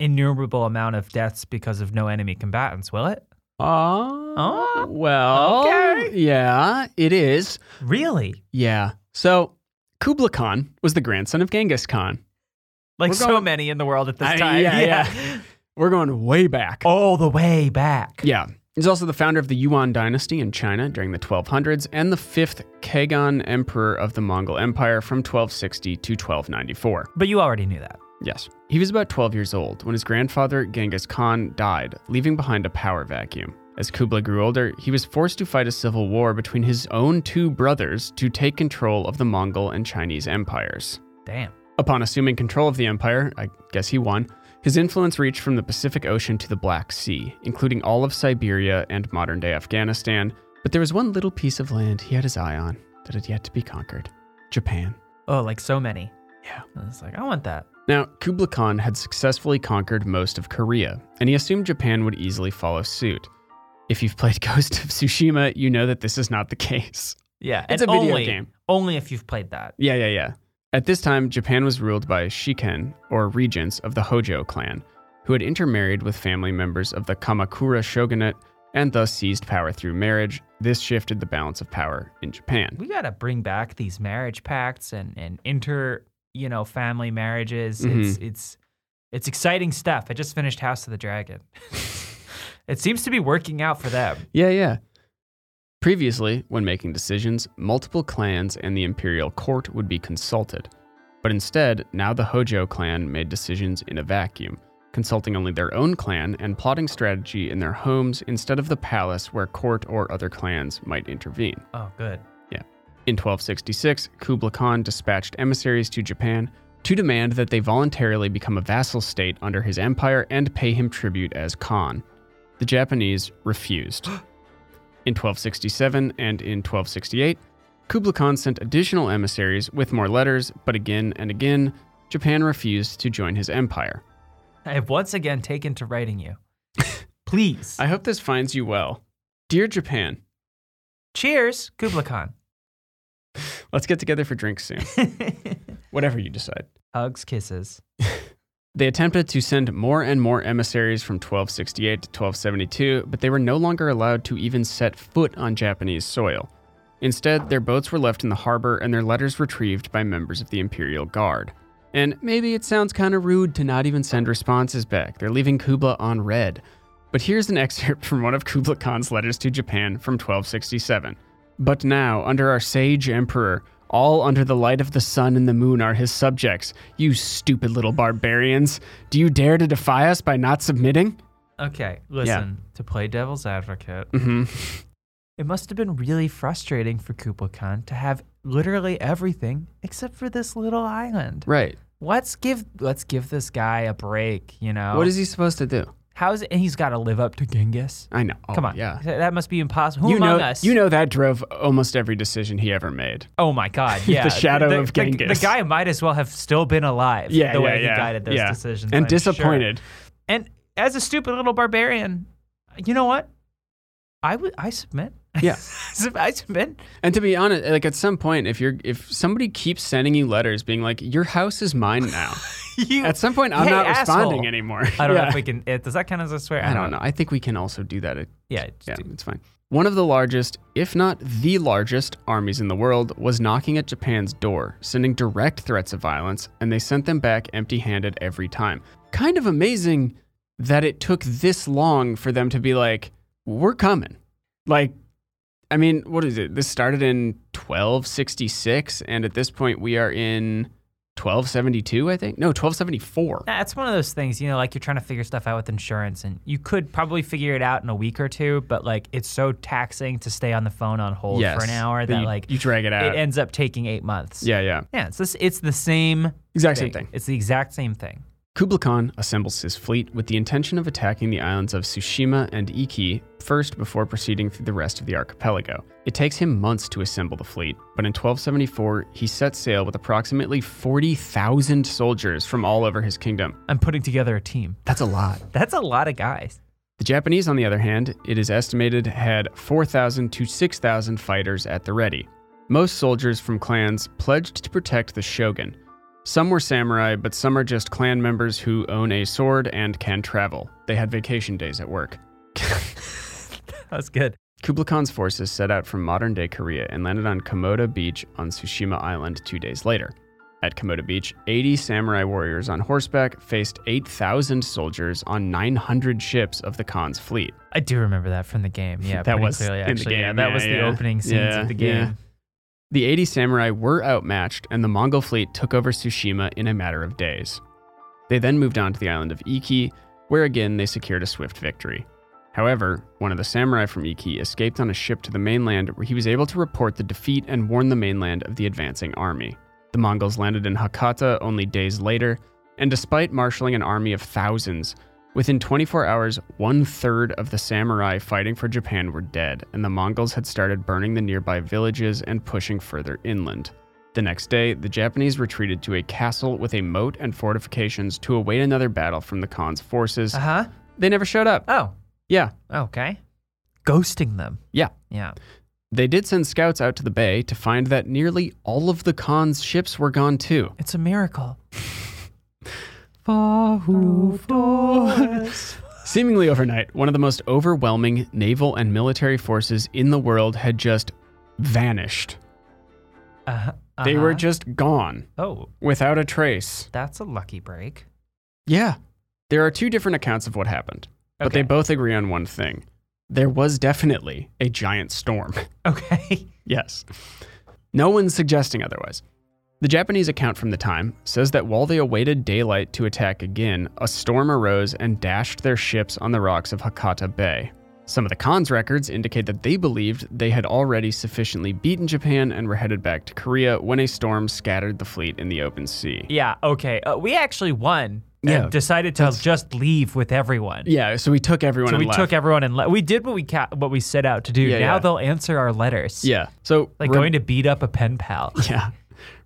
Speaker 3: innumerable amount of deaths because of no enemy combatants, will it?
Speaker 2: Uh,
Speaker 3: Oh,
Speaker 2: well,
Speaker 3: okay.
Speaker 2: yeah, it is.
Speaker 3: Really?
Speaker 2: Yeah. So Kublai Khan was the grandson of Genghis Khan.
Speaker 3: Like
Speaker 2: We're
Speaker 3: so
Speaker 2: going-
Speaker 3: many in the world at this
Speaker 2: I-
Speaker 3: time. <laughs>
Speaker 2: yeah, We're going way back.
Speaker 3: All the way back.
Speaker 2: Yeah. He's also the founder of the Yuan dynasty in China during the 1200s and the fifth Kagon emperor of the Mongol Empire from 1260 to 1294.
Speaker 3: But you already knew that.
Speaker 2: Yes. He was about 12 years old when his grandfather, Genghis Khan, died, leaving behind a power vacuum. As Kublai grew older, he was forced to fight a civil war between his own two brothers to take control of the Mongol and Chinese empires.
Speaker 3: Damn.
Speaker 2: Upon assuming control of the empire, I guess he won, his influence reached from the Pacific Ocean to the Black Sea, including all of Siberia and modern day Afghanistan. But there was one little piece of land he had his eye on that had yet to be conquered Japan.
Speaker 3: Oh, like so many.
Speaker 2: Yeah.
Speaker 3: It's like, I want that.
Speaker 2: Now, Kublai Khan had successfully conquered most of Korea, and he assumed Japan would easily follow suit. If you've played <laughs> Ghost of Tsushima, you know that this is not the case.
Speaker 3: Yeah.
Speaker 2: It's
Speaker 3: and
Speaker 2: a video
Speaker 3: only-
Speaker 2: game.
Speaker 3: Only if you've played that.
Speaker 2: Yeah, yeah, yeah. At this time, Japan was ruled by shiken, or regents of the Hojo clan, who had intermarried with family members of the Kamakura shogunate and thus seized power through marriage. This shifted the balance of power in Japan.
Speaker 3: We got to bring back these marriage pacts and, and inter, you know, family marriages.
Speaker 2: Mm-hmm.
Speaker 3: It's, it's, it's exciting stuff. I just finished House of the Dragon. <laughs> it seems to be working out for them.
Speaker 2: Yeah, yeah. Previously, when making decisions, multiple clans and the imperial court would be consulted. But instead, now the Hojo clan made decisions in a vacuum, consulting only their own clan and plotting strategy in their homes instead of the palace where court or other clans might intervene.
Speaker 3: Oh, good.
Speaker 2: In 1266, Kublai Khan dispatched emissaries to Japan to demand that they voluntarily become a vassal state under his empire and pay him tribute as Khan. The Japanese refused. In 1267 and in 1268, Kublai Khan sent additional emissaries with more letters, but again and again, Japan refused to join his empire.
Speaker 3: I have once again taken to
Speaker 2: <laughs>
Speaker 3: writing you. Please.
Speaker 2: I hope this finds you well. Dear Japan,
Speaker 3: Cheers, Kublai Khan.
Speaker 2: let's get together for drinks soon, whatever you decide.
Speaker 3: Hugs, kisses.
Speaker 2: They attempted to send more and more emissaries from 1268 to 1272, but they were no longer allowed to even set foot on Japanese soil. Instead, their boats were left in the harbor and their letters retrieved by members of the Imperial Guard. And maybe it sounds kind of rude to not even send responses back. They're leaving Kublai on red. But here's an excerpt from one of Kublai Khan's letters to Japan from 1267. But now, under our sage emperor, All under the light of the sun and the moon are his subjects. You stupid little barbarians. Do you dare to defy us by not submitting?
Speaker 3: Okay, listen, to play devil's advocate,
Speaker 2: Mm-hmm.
Speaker 3: it must have been really frustrating for Kublai Khan to have literally everything except for this little island.
Speaker 2: Right.
Speaker 3: Let's give let's give this guy a break, you know.
Speaker 2: What is he supposed to do?
Speaker 3: How's and he's got to live up to Genghis?
Speaker 2: I know. Oh,
Speaker 3: Come on.
Speaker 2: Yeah.
Speaker 3: Th- That must be impossible. Who
Speaker 2: You
Speaker 3: among
Speaker 2: know,
Speaker 3: us?
Speaker 2: you know that drove almost every decision he ever made.
Speaker 3: Oh my
Speaker 2: <laughs>
Speaker 3: God! Yeah,
Speaker 2: shadow
Speaker 3: the,
Speaker 2: of
Speaker 3: the- The,
Speaker 2: Genghis.
Speaker 3: guy might as well have still been alive.
Speaker 2: Yeah,
Speaker 3: the
Speaker 2: yeah,
Speaker 3: way
Speaker 2: yeah,
Speaker 3: he guided those
Speaker 2: yeah.
Speaker 3: decisions
Speaker 2: and
Speaker 3: I'm sure.
Speaker 2: disappointed.
Speaker 3: And as a stupid little barbarian, you know what? I would I submit.
Speaker 2: Yeah.
Speaker 3: <laughs>
Speaker 2: <laughs>
Speaker 3: I submit.
Speaker 2: And to be honest, like at some point, if you're if somebody keeps sending you letters being like, "Your house is mine now," <laughs>
Speaker 3: You,
Speaker 2: at some point I'm
Speaker 3: Hey,
Speaker 2: not
Speaker 3: asshole.
Speaker 2: responding anymore.
Speaker 3: I don't know
Speaker 2: Yeah. <laughs>
Speaker 3: if we can. It, does that count as a swear?
Speaker 2: I don't know. I think we can also do that. It-
Speaker 3: Yeah.
Speaker 2: yeah,
Speaker 3: just do-
Speaker 2: it's fine. One of the largest, if not the largest, armies in the world was knocking at Japan's door, sending direct threats of violence, and they sent them back empty handed every time. Kind of amazing that it took this long for them to be like, we're coming. Like, I mean, what is it? This started in 1266, and at this point we are in 1272, I think. No, 1274.
Speaker 3: Nah, It's one of those things, you know, like you're trying to figure stuff out with insurance, and you could probably figure it out in a week or two, but like it's so taxing to stay on the phone on hold
Speaker 2: Yes.
Speaker 3: for an hour that
Speaker 2: you,
Speaker 3: like
Speaker 2: you drag it out.
Speaker 3: it ends up taking eight months.
Speaker 2: yeah, yeah.
Speaker 3: Yeah, it's this, it's the same
Speaker 2: Exact same thing.
Speaker 3: It's the exact same thing.
Speaker 2: Kublai Khan assembles his fleet with the intention of attacking the islands of Tsushima and Iki first before proceeding through the rest of the archipelago. It takes him months to assemble the fleet, but in 1274, he sets sail with approximately 40,000 soldiers from all over his kingdom.
Speaker 3: I'm putting together a team.
Speaker 2: That's a lot.
Speaker 3: That's a lot of guys. <laughs>
Speaker 2: The Japanese, on the other hand, it is estimated had 4,000 to 6,000 fighters at the ready. Most soldiers from clans pledged to protect the shogun. Some were samurai, but some are just clan members who own a sword and can travel. They had vacation days at work.
Speaker 3: That's good.
Speaker 2: Kublai Khan's forces set out from modern day Korea and landed on Komodo Beach on Tsushima Island two days later. At Komodo Beach, 80 samurai warriors on horseback faced 8,000 soldiers on 900 ships of the Khan's fleet.
Speaker 3: I do remember <laughs> that from the game. Yeah,
Speaker 2: That
Speaker 3: pretty
Speaker 2: was
Speaker 3: clearly
Speaker 2: in the
Speaker 3: actually. Yeah,
Speaker 2: game.
Speaker 3: that
Speaker 2: Yeah,
Speaker 3: was the
Speaker 2: yeah.
Speaker 3: opening scenes
Speaker 2: Yeah,
Speaker 3: of the
Speaker 2: yeah.
Speaker 3: game.
Speaker 2: The 80 samurai were outmatched, and the Mongol fleet took over Tsushima in a matter of days. They then moved on to the island of Iki, where again they secured a swift victory. However, one of the samurai from Iki escaped on a ship to the mainland where he was able to report the defeat and warn the mainland of the advancing army. The Mongols landed in Hakata only days later, and despite marshaling an army of thousands, within 24 hours, one third of the samurai fighting for Japan were dead, and the Mongols had started burning the nearby villages and pushing further inland. The next day, the Japanese retreated to a castle with a moat and fortifications to await another battle from the Khan's forces.
Speaker 3: Uh huh.
Speaker 2: They never showed up.
Speaker 3: Oh,
Speaker 2: Yeah,
Speaker 3: okay. Ghosting them.
Speaker 2: yeah.
Speaker 3: Yeah.
Speaker 2: They did send scouts out to the bay to find that nearly all of the Khan's ships were gone too.
Speaker 3: It's a miracle.
Speaker 2: Seemingly overnight, one of the most overwhelming naval and military forces in the world had just vanished.
Speaker 3: Uh-huh.
Speaker 2: They were
Speaker 3: uh-huh.
Speaker 2: just gone
Speaker 3: Oh,
Speaker 2: without a trace.
Speaker 3: that's a lucky break. <laughs>
Speaker 2: Yeah. There are two different accounts of what happened, but
Speaker 3: Okay.
Speaker 2: they both agree on one thing. There was definitely a giant storm. <laughs>
Speaker 3: Okay.
Speaker 2: Yes. No one's suggesting otherwise. The Japanese account from the time says that while they awaited daylight to attack again, a storm arose and dashed their ships on the rocks of Hakata Bay. Some of the Khan's records indicate that they believed they had already sufficiently beaten Japan and were headed back to Korea when a storm scattered the fleet in the open sea.
Speaker 3: Yeah. Okay. Uh, we actually won.
Speaker 2: Yeah,
Speaker 3: And decided to just leave with everyone.
Speaker 2: Yeah, so we took everyone
Speaker 3: So
Speaker 2: and
Speaker 3: we
Speaker 2: left.
Speaker 3: took everyone and le- we did what we ca- what we set out to do.
Speaker 2: Yeah,
Speaker 3: now
Speaker 2: yeah.
Speaker 3: they'll answer our letters.
Speaker 2: yeah. So
Speaker 3: Like
Speaker 2: re-
Speaker 3: going to beat up a pen pal.
Speaker 2: <laughs> Yeah.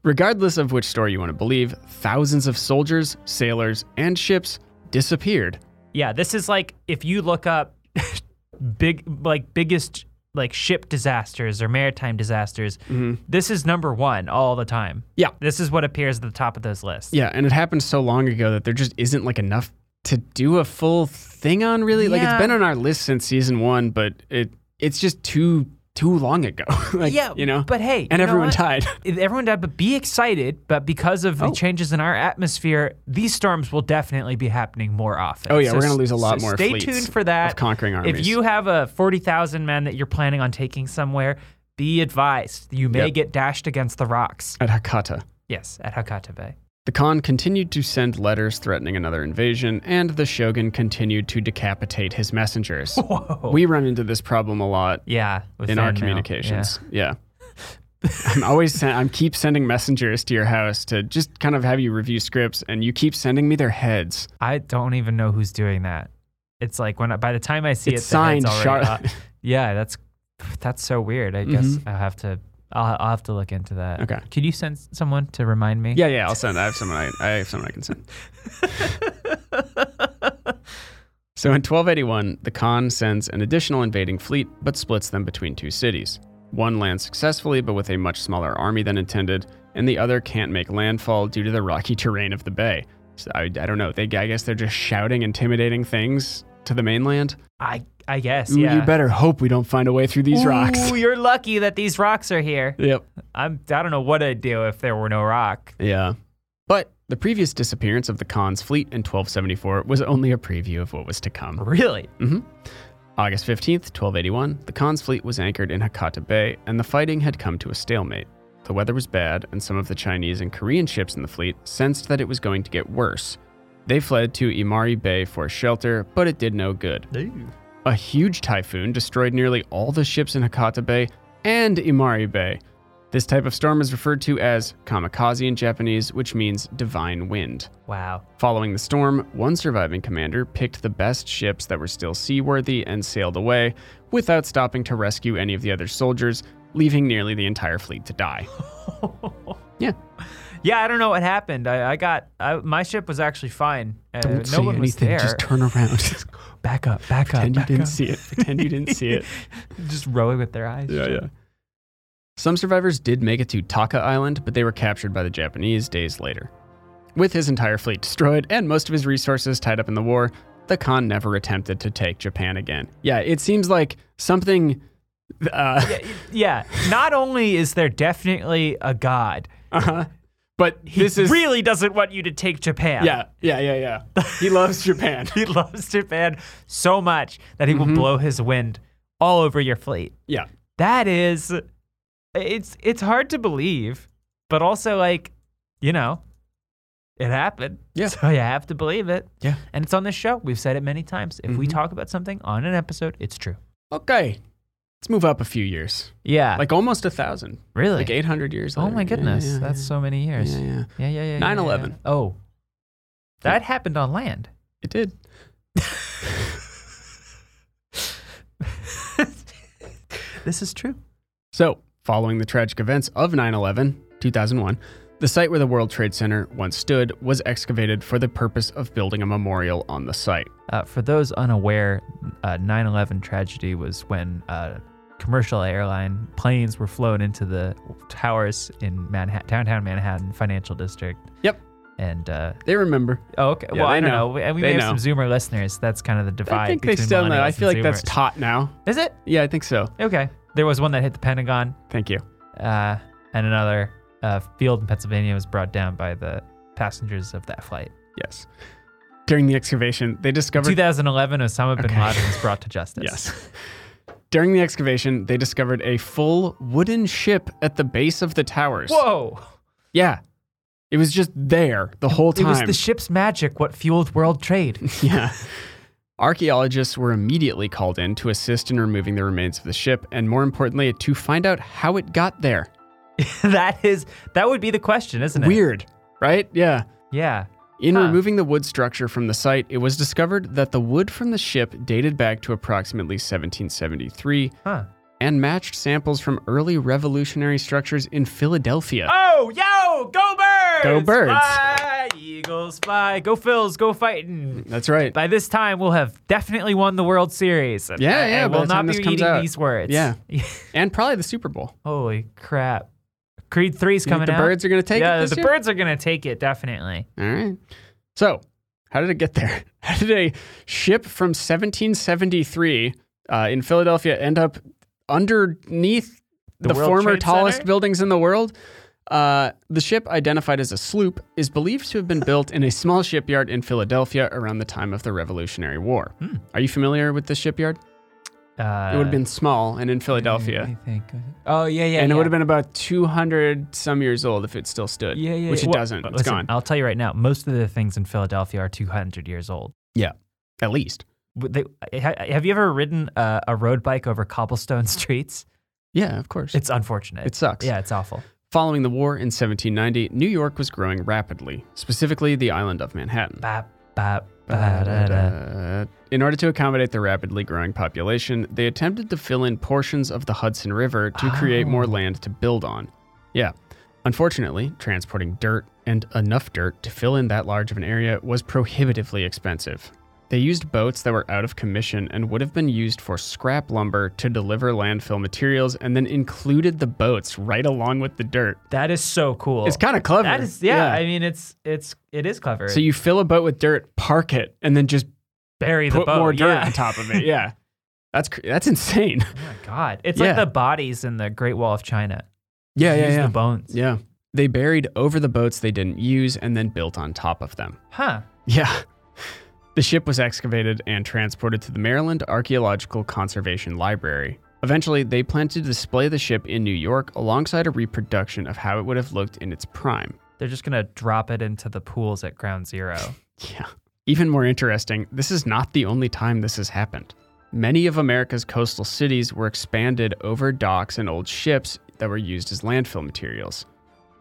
Speaker 2: Regardless of which story you want to believe, thousands of soldiers, sailors, and ships disappeared.
Speaker 3: Yeah, this is like if you look up <laughs> big like biggest like ship disasters or maritime disasters, this is number 1 all the time.
Speaker 2: Mm-hmm. Yeah.
Speaker 3: This is what appears at the top of those lists.
Speaker 2: Yeah, and it happened so long ago that there just isn't like enough to do a full thing on really. Like
Speaker 3: Yeah.
Speaker 2: it's been on our list since season 1, but it it's just too too long ago. <laughs> like
Speaker 3: Yeah,
Speaker 2: you know.
Speaker 3: but hey, you
Speaker 2: and
Speaker 3: know
Speaker 2: everyone
Speaker 3: what?
Speaker 2: died. <laughs>
Speaker 3: Everyone died, but be excited. But because of
Speaker 2: Oh.
Speaker 3: the changes in our atmosphere, these storms will definitely be happening more often.
Speaker 2: Oh, yeah, we're
Speaker 3: s-
Speaker 2: gonna lose a lot
Speaker 3: so
Speaker 2: more
Speaker 3: Stay
Speaker 2: fleets
Speaker 3: tuned for that.
Speaker 2: of conquering armies.
Speaker 3: If you have a forty thousand men that you're planning on taking somewhere, Be advised, you may
Speaker 2: Yep.
Speaker 3: get dashed against the rocks.
Speaker 2: at Hakata.
Speaker 3: Yes, at Hakata Bay.
Speaker 2: The Khan continued to send letters threatening another invasion, and the shogun continued to decapitate his messengers.
Speaker 3: <laughs> Whoa.
Speaker 2: We run into this problem a lot
Speaker 3: yeah. with
Speaker 2: in our
Speaker 3: fan mail.
Speaker 2: communications. Yeah. I'm always sen- I'm keep sending messengers to your house to just kind of have you review scripts, and you keep sending me their heads.
Speaker 3: Yeah. I don't even know who's doing that. It's like when I, by the time I see
Speaker 2: It's
Speaker 3: it, the head's
Speaker 2: signed, <laughs>
Speaker 3: already
Speaker 2: Charlotte.
Speaker 3: up. Yeah, that's that's so weird. I guess I'll have to I'll, I'll have to look into that.
Speaker 2: Mm-hmm. Okay.
Speaker 3: Could you send someone to remind me?
Speaker 2: Yeah, yeah. I'll send. I have someone. I, I have someone I can send. <laughs> so in 1281, the Khan sends an additional invading fleet, but splits them between two cities. One lands successfully, but with a much smaller army than intended, and the other can't make landfall due to the rocky <laughs> terrain of the bay. So I, I don't know. They, I guess they're just shouting intimidating things to the mainland.
Speaker 3: I I guess.
Speaker 2: Ooh,
Speaker 3: Yeah.
Speaker 2: You better hope we don't find a way through these rocks.
Speaker 3: Ooh, <laughs> you're lucky that these rocks are here.
Speaker 2: Yep.
Speaker 3: I'm I don't know what I'd do if there were no rock.
Speaker 2: Yeah. But the previous disappearance of the Khan's fleet in 1274 was only a preview of what was to come.
Speaker 3: Really?
Speaker 2: August 15th, 1281, the Khan's fleet was anchored in Hakata Bay, and the fighting had come to a stalemate. The weather was bad, and some of the Chinese and Korean ships in the fleet sensed that it was going to get worse. They fled to Imari Bay for shelter, but it did no good. A huge typhoon destroyed nearly all the ships in Hakata Bay and Imari Bay. This type of storm is referred to as kamikaze in Japanese, which means divine wind.
Speaker 3: Wow.
Speaker 2: Following the storm, one surviving commander picked the best ships that were still seaworthy and sailed away without stopping to rescue any of the other soldiers, leaving nearly the entire fleet to
Speaker 3: <laughs>
Speaker 2: die. yeah.
Speaker 3: Yeah, I don't know what happened. I, I got I, my ship was actually fine. Uh,
Speaker 2: Don't
Speaker 3: no
Speaker 2: say
Speaker 3: one was
Speaker 2: anything.
Speaker 3: there.
Speaker 2: Just turn
Speaker 3: <laughs>
Speaker 2: around.
Speaker 3: back up, back up,
Speaker 2: Pretend you
Speaker 3: back
Speaker 2: didn't
Speaker 3: up.
Speaker 2: see it. Pretend you didn't see it.
Speaker 3: Just rowing with their eyes. shut.
Speaker 2: Some survivors did make it to Taka Island, but they were captured by the Japanese days later. With his entire fleet destroyed and most of his resources tied up in the war, the Khan never attempted to take Japan again. Yeah, it seems like something. Uh,
Speaker 3: Yeah. Not only is there definitely a god,
Speaker 2: uh-huh. But
Speaker 3: he
Speaker 2: this is.
Speaker 3: really doesn't want you to take Japan.
Speaker 2: Yeah, yeah, yeah, yeah. He loves
Speaker 3: <laughs>
Speaker 2: Japan.
Speaker 3: He loves Japan so much that he will
Speaker 2: Mm-hmm.
Speaker 3: blow his wind all over your fleet.
Speaker 2: Yeah.
Speaker 3: That is it's it's hard to believe, but also like, you know, it happened.
Speaker 2: Yeah.
Speaker 3: So you have to believe it.
Speaker 2: Yeah. Mm-hmm.
Speaker 3: And it's on this show. We've said it many times. If we talk about something on an episode, it's true.
Speaker 2: Okay. Let's move up a few years.
Speaker 3: Yeah.
Speaker 2: Like almost a thousand.
Speaker 3: really?
Speaker 2: Like 800 years
Speaker 3: oh
Speaker 2: later.
Speaker 3: my
Speaker 2: Yeah,
Speaker 3: goodness.
Speaker 2: yeah,
Speaker 3: That's so many
Speaker 2: yeah.
Speaker 3: years.
Speaker 2: Yeah, yeah.
Speaker 3: Yeah, yeah, yeah. yeah,
Speaker 2: 9/11.
Speaker 3: yeah, yeah. Oh. That happened on land.
Speaker 2: It did.
Speaker 3: This is true.
Speaker 2: So, following the tragic events of 9 11, 2001, the site where the World Trade Center once stood was excavated for the purpose of building a memorial on the site.
Speaker 3: Uh, for those unaware, uh, 9/11 tragedy was when uh, commercial airline planes were flown into the towers in Manhattan, downtown Manhattan financial district.
Speaker 2: Yep.
Speaker 3: And uh,
Speaker 2: They remember.
Speaker 3: oh, okay.
Speaker 2: Yeah,
Speaker 3: well,
Speaker 2: they
Speaker 3: I don't
Speaker 2: know.
Speaker 3: know. We- And we
Speaker 2: They
Speaker 3: may have
Speaker 2: know.
Speaker 3: some Zoomer listeners. That's kind of the divide.
Speaker 2: I think they
Speaker 3: between
Speaker 2: still know. I
Speaker 3: millennials
Speaker 2: feel like
Speaker 3: and
Speaker 2: that's
Speaker 3: Zoomers.
Speaker 2: taught now.
Speaker 3: Is it
Speaker 2: Yeah, I think so.
Speaker 3: okay? There was one that hit the Pentagon,
Speaker 2: Thank you.
Speaker 3: uh, and another uh, field in Pennsylvania was brought down by the passengers of that flight.
Speaker 2: Yes. During the excavation, they discovered
Speaker 3: 2011, Osama bin
Speaker 2: Okay.
Speaker 3: Laden was brought to justice.
Speaker 2: Yes. During the excavation, they discovered a full wooden ship at the base of the towers.
Speaker 3: Whoa.
Speaker 2: Yeah. It was just there the whole time.
Speaker 3: It was the ship's magic what fueled world
Speaker 2: <laughs>
Speaker 3: trade.
Speaker 2: yeah. Archaeologists were immediately called in to assist in removing the remains of the ship and, more importantly, to find out how it got there.
Speaker 3: that is that would be the question, isn't it?
Speaker 2: Weird, right? Yeah.
Speaker 3: Yeah.
Speaker 2: In
Speaker 3: Huh.
Speaker 2: removing the wood structure from the site, it was discovered that the wood from the ship dated back to approximately 1773
Speaker 3: Huh.
Speaker 2: and matched samples from early revolutionary structures in Philadelphia.
Speaker 3: Oh, yo, go birds!
Speaker 2: Go birds.
Speaker 3: Fly, eagles fly, go Phils, go fighting.
Speaker 2: That's right.
Speaker 3: By this time, we'll have definitely won the World Series.
Speaker 2: Yeah,
Speaker 3: I- I
Speaker 2: yeah, by
Speaker 3: will
Speaker 2: the time
Speaker 3: not be
Speaker 2: this comes
Speaker 3: eating
Speaker 2: out.
Speaker 3: these words.
Speaker 2: Yeah. And probably the Super Bowl.
Speaker 3: <laughs> Holy crap! Creed three's
Speaker 2: You think
Speaker 3: coming
Speaker 2: the
Speaker 3: out.
Speaker 2: birds are going to take
Speaker 3: yeah,
Speaker 2: it this
Speaker 3: the
Speaker 2: year?
Speaker 3: birds are gonna take it definitely.
Speaker 2: All right. So, how did it get there? <laughs> How did a ship from 1773 uh, in Philadelphia end up underneath the,
Speaker 3: The World
Speaker 2: former
Speaker 3: Trade
Speaker 2: tallest
Speaker 3: Center?
Speaker 2: buildings in the world? Uh, the ship, identified as a sloop, is believed to have been built in a small shipyard in Philadelphia around the time of the Revolutionary War. Are you familiar with this shipyard?
Speaker 3: Hmm. Uh,
Speaker 2: it would have been small and in Philadelphia.
Speaker 4: I think. Oh yeah, yeah.
Speaker 2: and it
Speaker 4: yeah.
Speaker 2: would have been about 200 some years old if it still stood.
Speaker 4: Yeah, yeah,
Speaker 2: Which
Speaker 4: yeah.
Speaker 2: it
Speaker 4: Well,
Speaker 2: doesn't.
Speaker 3: But
Speaker 2: It's
Speaker 3: listen, uh,
Speaker 2: gone.
Speaker 3: I'll tell you right now, most of the things in Philadelphia are 200 years old.
Speaker 2: yeah. At least.
Speaker 3: But They, ha- have you ever ridden uh, a, a road bike over cobblestone <laughs> streets?
Speaker 2: Yeah, of course.
Speaker 3: It's unfortunate.
Speaker 2: it sucks.
Speaker 3: yeah, it's awful.
Speaker 2: Following the war in 1790, New York was growing rapidly, specifically the island of Manhattan.
Speaker 3: Bap, bap, ba, da, da.
Speaker 2: In order to accommodate the rapidly growing population, they attempted to fill in portions of the Hudson River to create
Speaker 3: Oh.
Speaker 2: more land to build on. Yeah. Unfortunately, transporting dirt and enough dirt to fill in that large of an area was prohibitively expensive. They used boats that were out of commission and would have been used for scrap lumber to deliver landfill materials and then included the boats right along with the dirt.
Speaker 3: That is so cool.
Speaker 2: It's kind of clever.
Speaker 3: That is yeah, I mean it's it's it is clever.
Speaker 2: so you fill a boat with dirt, park it, and then just
Speaker 3: bury the
Speaker 2: put
Speaker 3: boat.
Speaker 2: more dirt
Speaker 3: yeah.
Speaker 2: on top of it. <laughs> Yeah, that's cr- that's insane.
Speaker 3: <laughs> Oh my god. It's
Speaker 2: Yeah.
Speaker 3: like the bodies in the Great Wall of China.
Speaker 2: <laughs> Yeah, yeah,
Speaker 3: Use
Speaker 2: yeah.
Speaker 3: the bones.
Speaker 2: yeah. They buried over the boats they didn't use and then built on top of them.
Speaker 3: Huh.
Speaker 2: <laughs> Yeah. The ship was excavated and transported to the Maryland Archaeological Conservation Library. Eventually, they planned to display the ship in New York alongside a reproduction of how it would have looked in its prime.
Speaker 3: They're just gonna drop it into the pools at ground zero.
Speaker 2: Yeah. Even more interesting, this is not the only time this has happened. Many of America's coastal cities were expanded over docks and old ships that were used as landfill materials.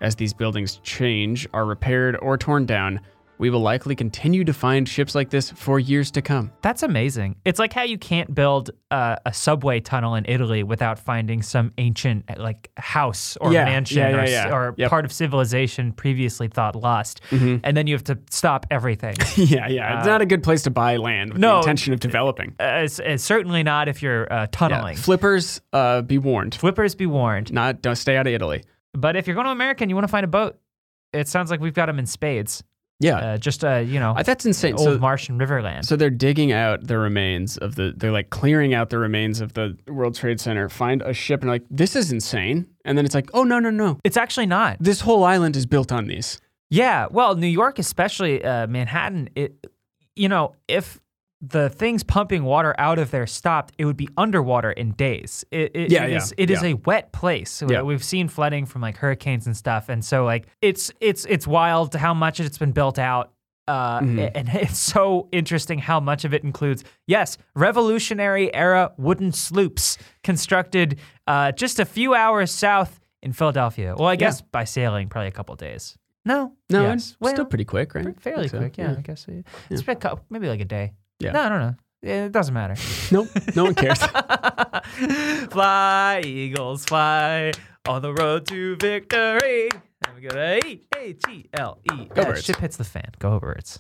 Speaker 2: As these buildings change, are repaired, or torn down, we will likely continue to find ships like this for years to come.
Speaker 3: That's amazing. It's like how you can't build uh, a subway tunnel in Italy without finding some ancient uh, like house or
Speaker 2: Yeah,
Speaker 3: mansion
Speaker 2: yeah,
Speaker 3: or,
Speaker 2: yeah,
Speaker 3: s-
Speaker 2: yeah.
Speaker 3: or
Speaker 2: Yep. Mm-hmm.
Speaker 3: part of civilization previously thought lost, and then you have to stop
Speaker 2: <laughs>
Speaker 3: everything.
Speaker 2: <laughs> yeah, yeah. It's not a good place to buy land with
Speaker 3: no,
Speaker 2: the intention of developing.
Speaker 3: uh, it's, it's certainly not if you're uh,
Speaker 2: Yeah.
Speaker 3: tunneling.
Speaker 2: Flippers, uh, be warned.
Speaker 3: Flippers be warned.
Speaker 2: Not don't stay out of Italy.
Speaker 3: But if you're going to America and you want to find a boat, it sounds like we've got them in spades.
Speaker 2: Yeah.
Speaker 3: Uh, just uh, you know,
Speaker 2: I- that's insane.
Speaker 3: old
Speaker 2: So-
Speaker 3: Martian riverland.
Speaker 2: So they're digging out the remains of the. They're like clearing out the remains of the World Trade Center. Find a ship and like this is insane. And then it's like, oh no no no,
Speaker 3: it's actually not.
Speaker 2: this whole island is built on these.
Speaker 3: Yeah, well, New York, especially uh, Manhattan, it, you know, if the things pumping water out of there stopped, it would be underwater in days. It, it,
Speaker 2: Yeah,
Speaker 3: it
Speaker 2: yeah,
Speaker 3: is- it is
Speaker 2: yeah.
Speaker 3: a wet place.
Speaker 2: Yeah.
Speaker 3: We've seen flooding from like hurricanes and stuff, and so like it's it's it's wild how much it's been built out. Uh,
Speaker 2: Mm-hmm.
Speaker 3: And <laughs> it's so interesting how much of it includes, yes, Revolutionary era wooden sloops constructed uh, just a few hours south in Philadelphia. Well, I guess by sailing, probably a couple days. No,
Speaker 2: No,
Speaker 3: Yes.
Speaker 2: it's
Speaker 3: Well,
Speaker 2: still pretty quick, right?
Speaker 3: pretty- fairly
Speaker 2: Think so,
Speaker 3: quick. Yeah, I guess it- it's been a couple, maybe like a day.
Speaker 2: Yeah.
Speaker 3: No, I don't know. It doesn't matter.
Speaker 2: Nope. No one
Speaker 3: <laughs>
Speaker 2: cares.
Speaker 3: fly, eagles, fly on the road to victory. And we go to E A T L E.
Speaker 2: Go
Speaker 3: Uh,
Speaker 2: Birds.
Speaker 3: Ship hits the fan. Go birds.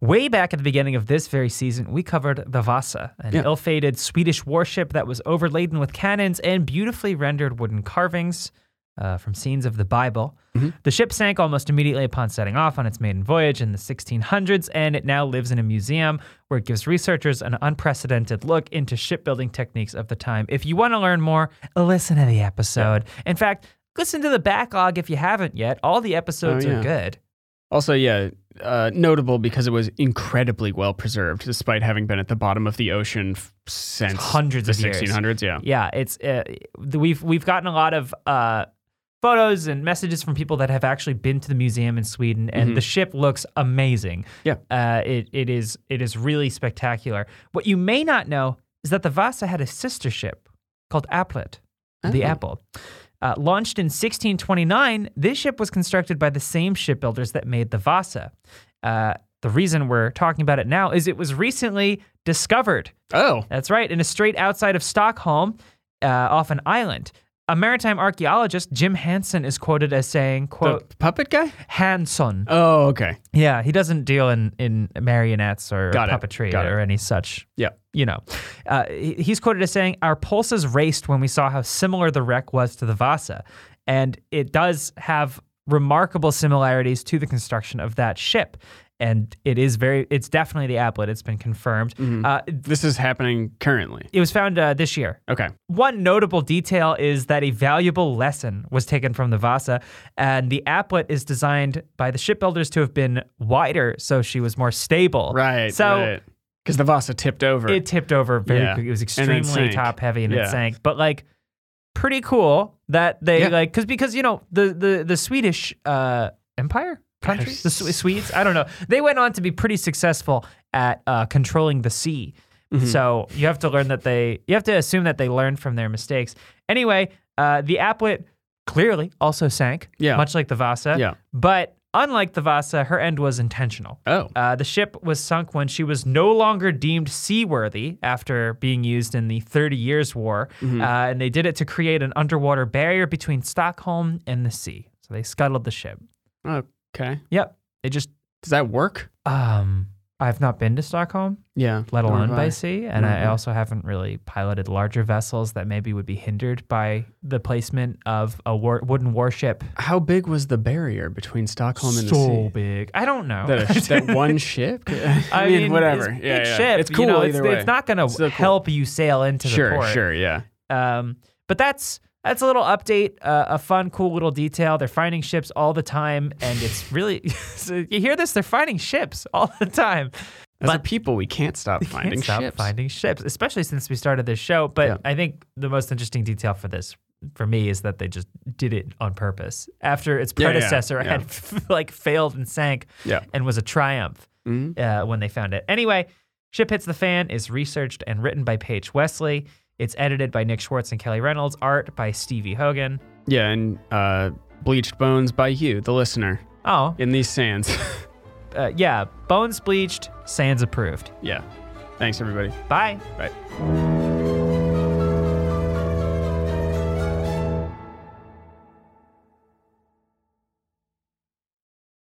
Speaker 3: Way back at the beginning of this very season, we covered the Vasa, an
Speaker 2: Yeah.
Speaker 3: ill fated Swedish warship that was overladen with cannons and beautifully rendered wooden carvings uh, from scenes of the Bible.
Speaker 2: Mm-hmm.
Speaker 3: The ship sank almost immediately upon setting off on its maiden voyage in the 1600s, and it now lives in a museum where it gives researchers an unprecedented look into shipbuilding techniques of the time. If you want to learn more, listen to the episode. In fact, listen to the backlog if you haven't yet. All the episodes
Speaker 2: Oh, yeah.
Speaker 3: are good.
Speaker 2: also, yeah, uh, notable because it was incredibly well preserved, despite having been at the bottom of the ocean f- since
Speaker 3: Hundreds
Speaker 2: the
Speaker 3: of years.
Speaker 2: 1600s. Yeah.
Speaker 3: yeah it's uh, the- we've we've gotten a lot of uh photos and messages from people that have actually been to the museum in Sweden and the ship looks amazing.
Speaker 2: Yeah.
Speaker 3: Uh it it is it is really spectacular. What you may not know is that the Vasa had a sister ship called Applet, the Apple. Uh, launched in 1629, this ship was constructed by the same shipbuilders that made the Vasa. Uh, the reason we're talking about it now is it was recently discovered
Speaker 2: Oh.
Speaker 3: that's right, in a strait outside of Stockholm, uh, off an island. A maritime archaeologist, Jim Hansen, is quoted as saying,
Speaker 2: The
Speaker 3: quote,
Speaker 2: puppet guy?
Speaker 3: Hanson.
Speaker 2: Oh, okay.
Speaker 3: Yeah, he doesn't deal in, in marionettes or
Speaker 2: Got it,
Speaker 3: puppetry
Speaker 2: got it.
Speaker 3: or any such,
Speaker 2: Yeah.
Speaker 3: you know. Uh, he- he's quoted as saying, Our pulses raced when we saw how similar the wreck was to the Vasa. And it does have remarkable similarities to the construction of that ship. And it is very, it's definitely the applet. It's been confirmed.
Speaker 2: Mm-hmm.
Speaker 3: Uh,
Speaker 2: This is happening currently.
Speaker 3: it was found uh, this year
Speaker 2: Okay.
Speaker 3: one notable detail is that a valuable lesson was taken from the Vasa, and the applet is designed by the shipbuilders to have been wider, so she was more stable.
Speaker 2: Right,
Speaker 3: So
Speaker 2: right. because the Vasa tipped over.
Speaker 3: It tipped over very
Speaker 2: Yeah.
Speaker 3: quick. It was
Speaker 2: And then sank.
Speaker 3: extremely top heavy and
Speaker 2: Yeah.
Speaker 3: it sank. But like pretty cool that they
Speaker 2: Yeah.
Speaker 3: like cuz because you know the the the Swedish uh empire country the Swe- Swedes, I don't know. They went on to be pretty successful at uh controlling the sea.
Speaker 2: Mm-hmm.
Speaker 3: So you have to learn that they you have to assume that they learned from their mistakes. Anyway, uh the applet clearly also sank,
Speaker 2: Yeah.
Speaker 3: much like the Vasa.
Speaker 2: Yeah.
Speaker 3: But unlike the Vasa, her end was intentional.
Speaker 2: oh,
Speaker 3: Uh, the ship was sunk when she was no longer deemed seaworthy after being used in the 30 Years' War.
Speaker 2: Mm-hmm.
Speaker 3: Uh, and they did it to create an underwater barrier between Stockholm and the sea. So they scuttled the ship.
Speaker 2: okay.
Speaker 3: Yep. They just,
Speaker 2: Does that work?
Speaker 3: um, I've not been to Stockholm,
Speaker 2: Yeah.
Speaker 3: let
Speaker 2: Nor
Speaker 3: alone
Speaker 2: have
Speaker 3: by
Speaker 2: I.
Speaker 3: sea. And
Speaker 2: Nor
Speaker 3: I
Speaker 2: have I.
Speaker 3: also haven't really piloted larger vessels that maybe would be hindered by the placement of a war- wooden warship.
Speaker 2: How big was the barrier between Stockholm and the
Speaker 3: so
Speaker 2: sea?
Speaker 3: big. I don't know. <laughs>
Speaker 2: That, a, that one ship? <laughs> I, mean, whatever.
Speaker 3: It's,
Speaker 2: yeah,
Speaker 3: big
Speaker 2: yeah.
Speaker 3: ship,
Speaker 2: It's
Speaker 3: you
Speaker 2: cool
Speaker 3: know,
Speaker 2: either
Speaker 3: it's,
Speaker 2: way.
Speaker 3: It's not going to
Speaker 2: Still cool.
Speaker 3: help you sail into
Speaker 2: sure,
Speaker 3: the port.
Speaker 2: sure, yeah.
Speaker 3: Um, but that's that's a little update, uh, a fun, cool little detail. They're finding ships all the time, and it's really <laughs> so you hear this. They're finding ships all the time.
Speaker 2: As a
Speaker 3: But-
Speaker 2: people, we can't
Speaker 3: <laughs>
Speaker 2: stop finding
Speaker 3: Can't stop
Speaker 2: ships.
Speaker 3: finding ships, especially since we started this show. But
Speaker 2: Yeah.
Speaker 3: I think the most interesting detail for this. For me, is that they just did it on purpose after its
Speaker 2: Yeah, yeah,
Speaker 3: predecessor
Speaker 2: yeah.
Speaker 3: had <laughs> like failed and sank,
Speaker 2: Yeah.
Speaker 3: and was a triumph
Speaker 2: Mhm.
Speaker 3: uh, when they found it. Anyway, Ship Hits the Fan is researched and written by Paige Wesley. It's edited by Nick Schwartz and Kelly Reynolds. Art by Stevie Hogan.
Speaker 2: Yeah, and uh, Bleached Bones by you, the listener,
Speaker 3: Oh,
Speaker 2: in these sands. <laughs>
Speaker 3: uh, yeah. Bones bleached, sands approved.
Speaker 2: yeah. Thanks, everybody.
Speaker 3: Bye.
Speaker 2: Bye.